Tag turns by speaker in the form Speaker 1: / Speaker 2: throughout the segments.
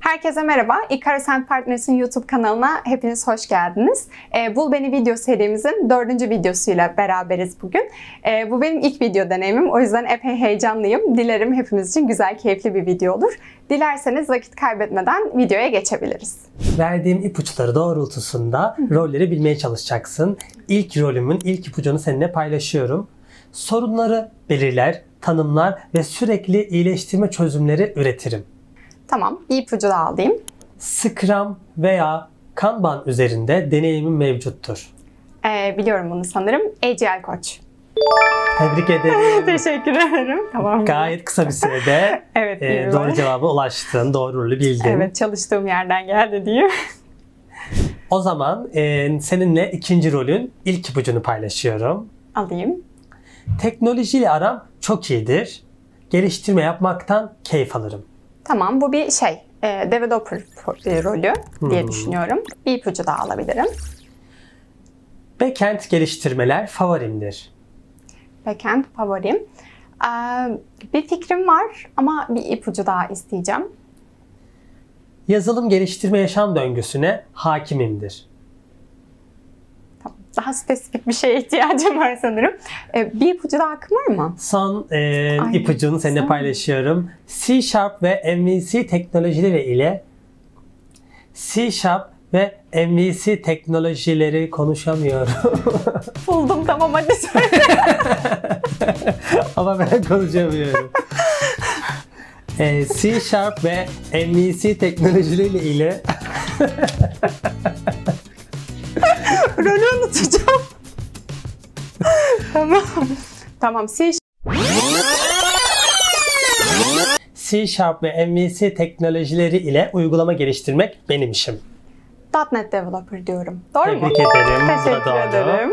Speaker 1: Herkese merhaba. Icarus and Partners'ın YouTube kanalına hepiniz hoş geldiniz. Ee, Bul Beni video serimizin dördüncü videosuyla beraberiz bugün. Ee, bu benim ilk video deneyimim. O yüzden epey heyecanlıyım. Dilerim hepimiz için güzel, keyifli bir video olur. Dilerseniz vakit kaybetmeden videoya geçebiliriz.
Speaker 2: Verdiğim ipuçları doğrultusunda rolleri bilmeye çalışacaksın. İlk rolümün ilk ipucunu seninle paylaşıyorum. Sorunları belirler, tanımlar ve sürekli iyileştirme çözümleri üretirim.
Speaker 1: Tamam, bir ipucu da alayım.
Speaker 2: Scrum veya Kanban üzerinde deneyimim mevcuttur.
Speaker 1: Ee, biliyorum bunu sanırım. AGL Koç.
Speaker 2: Tebrik ederim.
Speaker 1: Teşekkür ederim. Tamam.
Speaker 2: Gayet kısa bir sürede
Speaker 1: Evet,
Speaker 2: e,
Speaker 1: iyi
Speaker 2: doğru
Speaker 1: var.
Speaker 2: cevaba ulaştın, doğru rolü bildin.
Speaker 1: Evet, çalıştığım yerden geldi diyeyim.
Speaker 2: O zaman e, seninle ikinci rolün ilk ipucunu paylaşıyorum.
Speaker 1: alayım.
Speaker 2: Teknolojiyle aram çok iyidir. Geliştirme yapmaktan keyif alırım.
Speaker 1: Tamam bu bir şey. E, developer po- e, rolü diye
Speaker 2: Hmm.
Speaker 1: düşünüyorum. Bir ipucu daha alabilirim.
Speaker 2: Backend geliştirmeler favorimdir.
Speaker 1: Backend favorim. Ee, bir fikrim var ama bir ipucu daha isteyeceğim.
Speaker 2: Yazılım geliştirme yaşam döngüsüne hakimimdir.
Speaker 1: Daha spesifik bir şeye ihtiyacım var sanırım. Ee, bir ipucu daha hakkım var mı?
Speaker 2: Son e,
Speaker 1: Ay,
Speaker 2: ipucunu seninle
Speaker 1: sen-
Speaker 2: paylaşıyorum. C Sharp ve MVC teknolojileri ile C Sharp ve MVC teknolojileri konuşamıyorum.
Speaker 1: Buldum tamam hadi söyle.
Speaker 2: Ama ben konuşamıyorum. E, C Sharp ve MVC teknolojileri ile
Speaker 1: Rolü unutacağım. tamam. Tamam C
Speaker 2: C Sharp ve MVC teknolojileri ile uygulama geliştirmek benim işim.
Speaker 1: .NET Developer diyorum. Doğru mu?
Speaker 2: Tebrik ederim. Bu da
Speaker 1: Teşekkür
Speaker 2: doğru.
Speaker 1: ederim.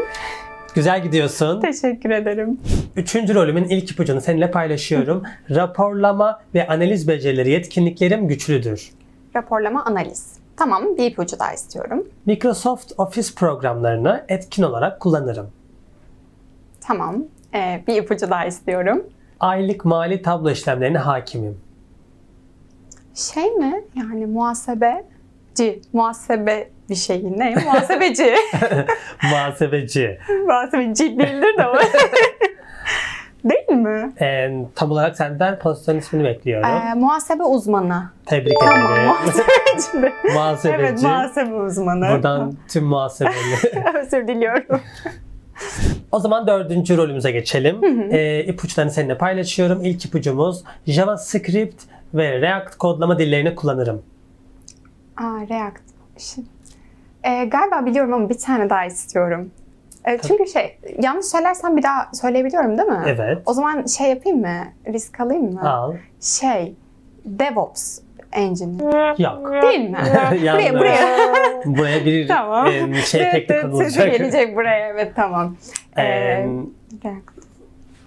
Speaker 2: Güzel gidiyorsun.
Speaker 1: Teşekkür ederim.
Speaker 2: Üçüncü rolümün ilk ipucunu seninle paylaşıyorum. Raporlama ve analiz becerileri yetkinliklerim güçlüdür.
Speaker 1: Raporlama analiz. Tamam bir ipucu daha istiyorum.
Speaker 2: Microsoft Office programlarını etkin olarak kullanırım.
Speaker 1: Tamam. Ee, bir ipucu daha istiyorum.
Speaker 2: Aylık mali tablo işlemlerine hakimim.
Speaker 1: Şey mi? Yani muhasebeci. Muhasebe bir şey ne? Muhasebeci.
Speaker 2: Muhasebeci.
Speaker 1: Muhasebeci değildir de o. Değil mi?
Speaker 2: Ee, tam olarak senden pozisyon ismini bekliyorum.
Speaker 1: Ee, muhasebe uzmanı.
Speaker 2: Tebrik
Speaker 1: Tamam
Speaker 2: ederim.
Speaker 1: muhasebeci. de. evet
Speaker 2: Muhasebeci.
Speaker 1: muhasebe uzmanı.
Speaker 2: Buradan tüm muhasebeli.
Speaker 1: Özür diliyorum.
Speaker 2: O zaman dördüncü rolümüze geçelim. Ee, ipuçlarını seninle paylaşıyorum. İlk ipucumuz JavaScript ve React kodlama dillerini kullanırım.
Speaker 1: Aa React. Şi- Ee, galiba biliyorum ama bir tane daha istiyorum. Ee, çünkü şey yanlış söylersem bir daha söyleyebiliyorum değil mi?
Speaker 2: Evet.
Speaker 1: O zaman şey yapayım mı? Risk alayım mı?
Speaker 2: Al.
Speaker 1: şey DevOps engineer
Speaker 2: Yok.
Speaker 1: değil mi? buraya
Speaker 2: Yanlış.
Speaker 1: buraya.
Speaker 2: Buraya bir
Speaker 1: tamam.
Speaker 2: em, şey
Speaker 1: Evet,
Speaker 2: teknik
Speaker 1: evet, sesi
Speaker 2: olacak.
Speaker 1: gelecek buraya evet tamam. Ee,
Speaker 2: Em,
Speaker 1: bir dakika.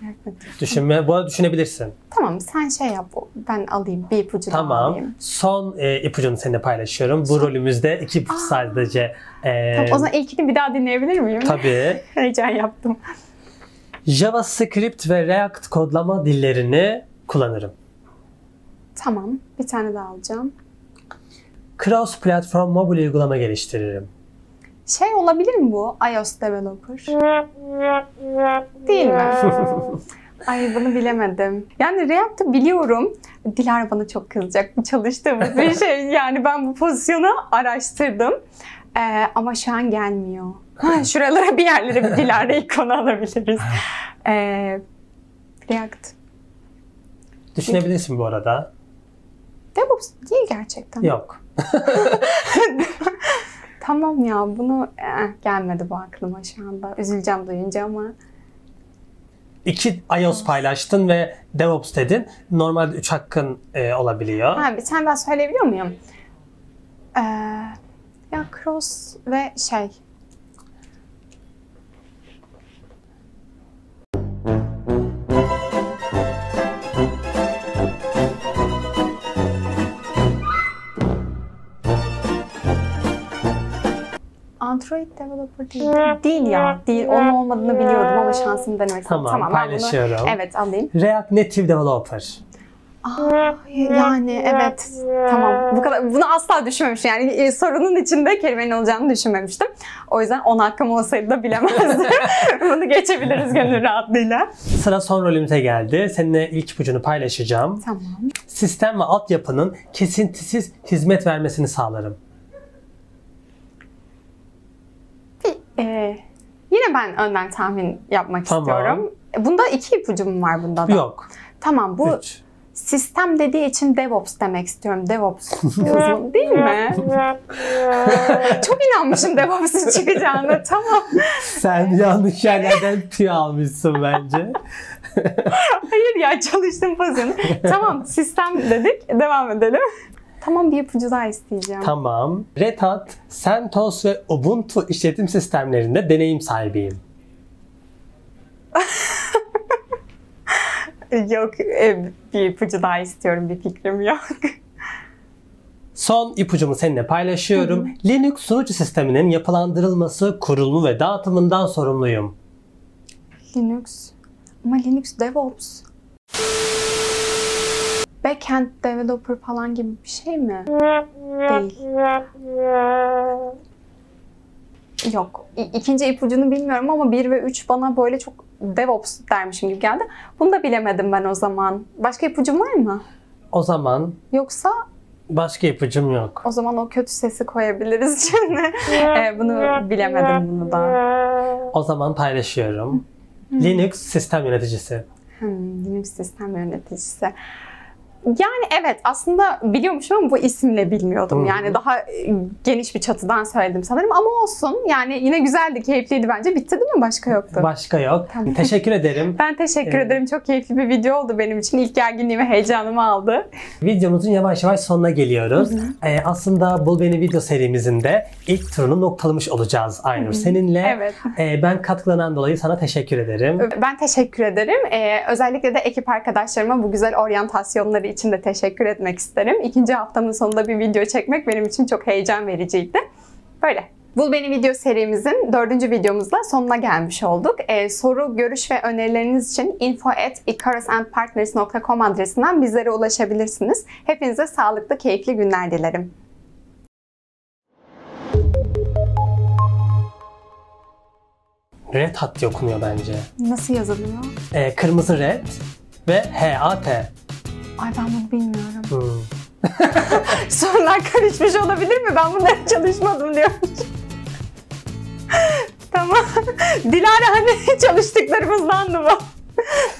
Speaker 1: Bir dakika.
Speaker 2: düşünme, bu arada düşünebilirsin.
Speaker 1: Tamam sen şey yap ben alayım bir ipucu daha
Speaker 2: Tamam.
Speaker 1: alayım.
Speaker 2: Son e, ipucunu seninle paylaşıyorum. Bu rolümüzde iki ipucu sadece. Em,
Speaker 1: Tamam, o zaman ilkini bir daha dinleyebilir miyim?
Speaker 2: Tabii.
Speaker 1: Heyecan yaptım.
Speaker 2: JavaScript ve React kodlama dillerini kullanırım.
Speaker 1: Tamam bir tane daha alacağım.
Speaker 2: Cross platform mobil uygulama geliştiririm.
Speaker 1: Şey olabilir mi bu? iOS developer. Değil mi? Ay bunu bilemedim. Yani React'ı biliyorum. Dilara bana çok kızacak. Bu çalıştığımız bir şey. Yani ben bu pozisyonu araştırdım. Ee, ama şu an gelmiyor. Ha, şuralara bir yerlere bir Dilara ikonu alabiliriz. Ee, React.
Speaker 2: Düşünebilirsin bu arada.
Speaker 1: DevOps değil gerçekten.
Speaker 2: Yok.
Speaker 1: Tamam ya bunu eh, gelmedi bu aklıma şu anda. Üzüleceğim duyunca ama.
Speaker 2: İki iOS paylaştın ve DevOps dedin. Normalde 3 hakkın e, olabiliyor.
Speaker 1: Ha, bir tane daha söyleyebiliyor muyum? Ee, ya cross ve şey. Android developer değil. Değil ya. Değil. Onun olmadığını biliyordum ama şansımı denemek istedim.
Speaker 2: Tamam,
Speaker 1: ben bunu-
Speaker 2: paylaşıyorum.
Speaker 1: evet alayım.
Speaker 2: React Native Developer.
Speaker 1: Aa, yani evet tamam bu kadar bunu asla düşünmemiştim yani e, sorunun içinde kelimenin olacağını düşünmemiştim. O yüzden 10 hakkım olsaydı da bilemezdim. bunu geçebiliriz gönül rahatlığıyla.
Speaker 2: Sıra son rolümüze geldi. Seninle ilk ipucunu paylaşacağım.
Speaker 1: Tamam.
Speaker 2: Sistem ve altyapının kesintisiz hizmet vermesini sağlarım.
Speaker 1: Ee, yine ben önden tahmin yapmak
Speaker 2: Tamam.
Speaker 1: istiyorum. E, Bunda iki ipucum var bunda da.
Speaker 2: Yok.
Speaker 1: Tamam bu
Speaker 2: Üç.
Speaker 1: sistem dediği için DevOps demek istiyorum. DevOps yazılım değil mi? Çok inanmışım DevOps'un çıkacağına. Tamam.
Speaker 2: Sen yanlış yerlerden tüy almışsın bence.
Speaker 1: Hayır ya çalıştım pozisyonu. tamam sistem dedik. Devam edelim. Tamam bir ipucu daha isteyeceğim.
Speaker 2: tamam. Red Hat, CentOS ve Ubuntu işletim sistemlerinde deneyim sahibiyim.
Speaker 1: Yok e, bir ipucu daha istiyorum. Bir fikrim yok.
Speaker 2: Son ipucumu seninle paylaşıyorum. Linux sunucu sisteminin yapılandırılması, kurulumu ve dağıtımından sorumluyum.
Speaker 1: Linux. Ama Linux DevOps. Backend developer falan gibi bir şey mi? Değil. Yok. İ- ikinci ipucunu bilmiyorum ama 1 ve 3 bana böyle çok DevOps dermişim gibi geldi. Bunu da bilemedim ben o zaman. Başka ipucum var mı?
Speaker 2: O zaman
Speaker 1: Yoksa
Speaker 2: başka ipucum yok.
Speaker 1: o zaman o kötü sesi koyabiliriz şimdi. Ee, bunu bilemedim bunu da.
Speaker 2: O zaman paylaşıyorum. Linux sistem yöneticisi.
Speaker 1: Hmm, Linux sistem yöneticisi. Yani evet aslında biliyormuşum ama bu isimle bilmiyordum.
Speaker 2: Hı hı.
Speaker 1: Yani daha e, geniş bir çatıdan söyledim sanırım ama olsun. Yani yine güzeldi, keyifliydi bence. Bitti değil mi? Başka yoktu.
Speaker 2: Başka yok.
Speaker 1: Tamam.
Speaker 2: Teşekkür ederim.
Speaker 1: ben teşekkür
Speaker 2: Evet.
Speaker 1: ederim. Çok keyifli bir video oldu benim için. İlk gerginliğimi, heyecanımı aldı.
Speaker 2: Videomuzun yavaş yavaş sonuna geliyoruz. Ee, aslında Bul Beni video serimizin de ilk turunu noktalamış olacağız Aynur seninle.
Speaker 1: Evet.
Speaker 2: Ee, ben katkılanan dolayı sana teşekkür ederim.
Speaker 1: Ben teşekkür ederim. Ee, özellikle de ekip arkadaşlarıma bu güzel oryantasyonları için de teşekkür etmek isterim. İkinci haftanın sonunda bir video çekmek benim için çok heyecan vericiydi. Böyle. Bul Beni video serimizin dördüncü videomuzla sonuna gelmiş olduk. Ee, soru, görüş ve önerileriniz için info at icarusandpartners.com adresinden bizlere ulaşabilirsiniz. Hepinize sağlıklı, keyifli günler dilerim.
Speaker 2: Red Hat diye okunuyor bence.
Speaker 1: Nasıl yazılıyor?
Speaker 2: Ee, kırmızı red ve H-A-T.
Speaker 1: Ay ben bunu bilmiyorum.
Speaker 2: Hmm.
Speaker 1: Sorular karışmış olabilir mi? Ben bunlara çalışmadım diyormuş. tamam. Dilara hani çalıştıklarımızdan da bu.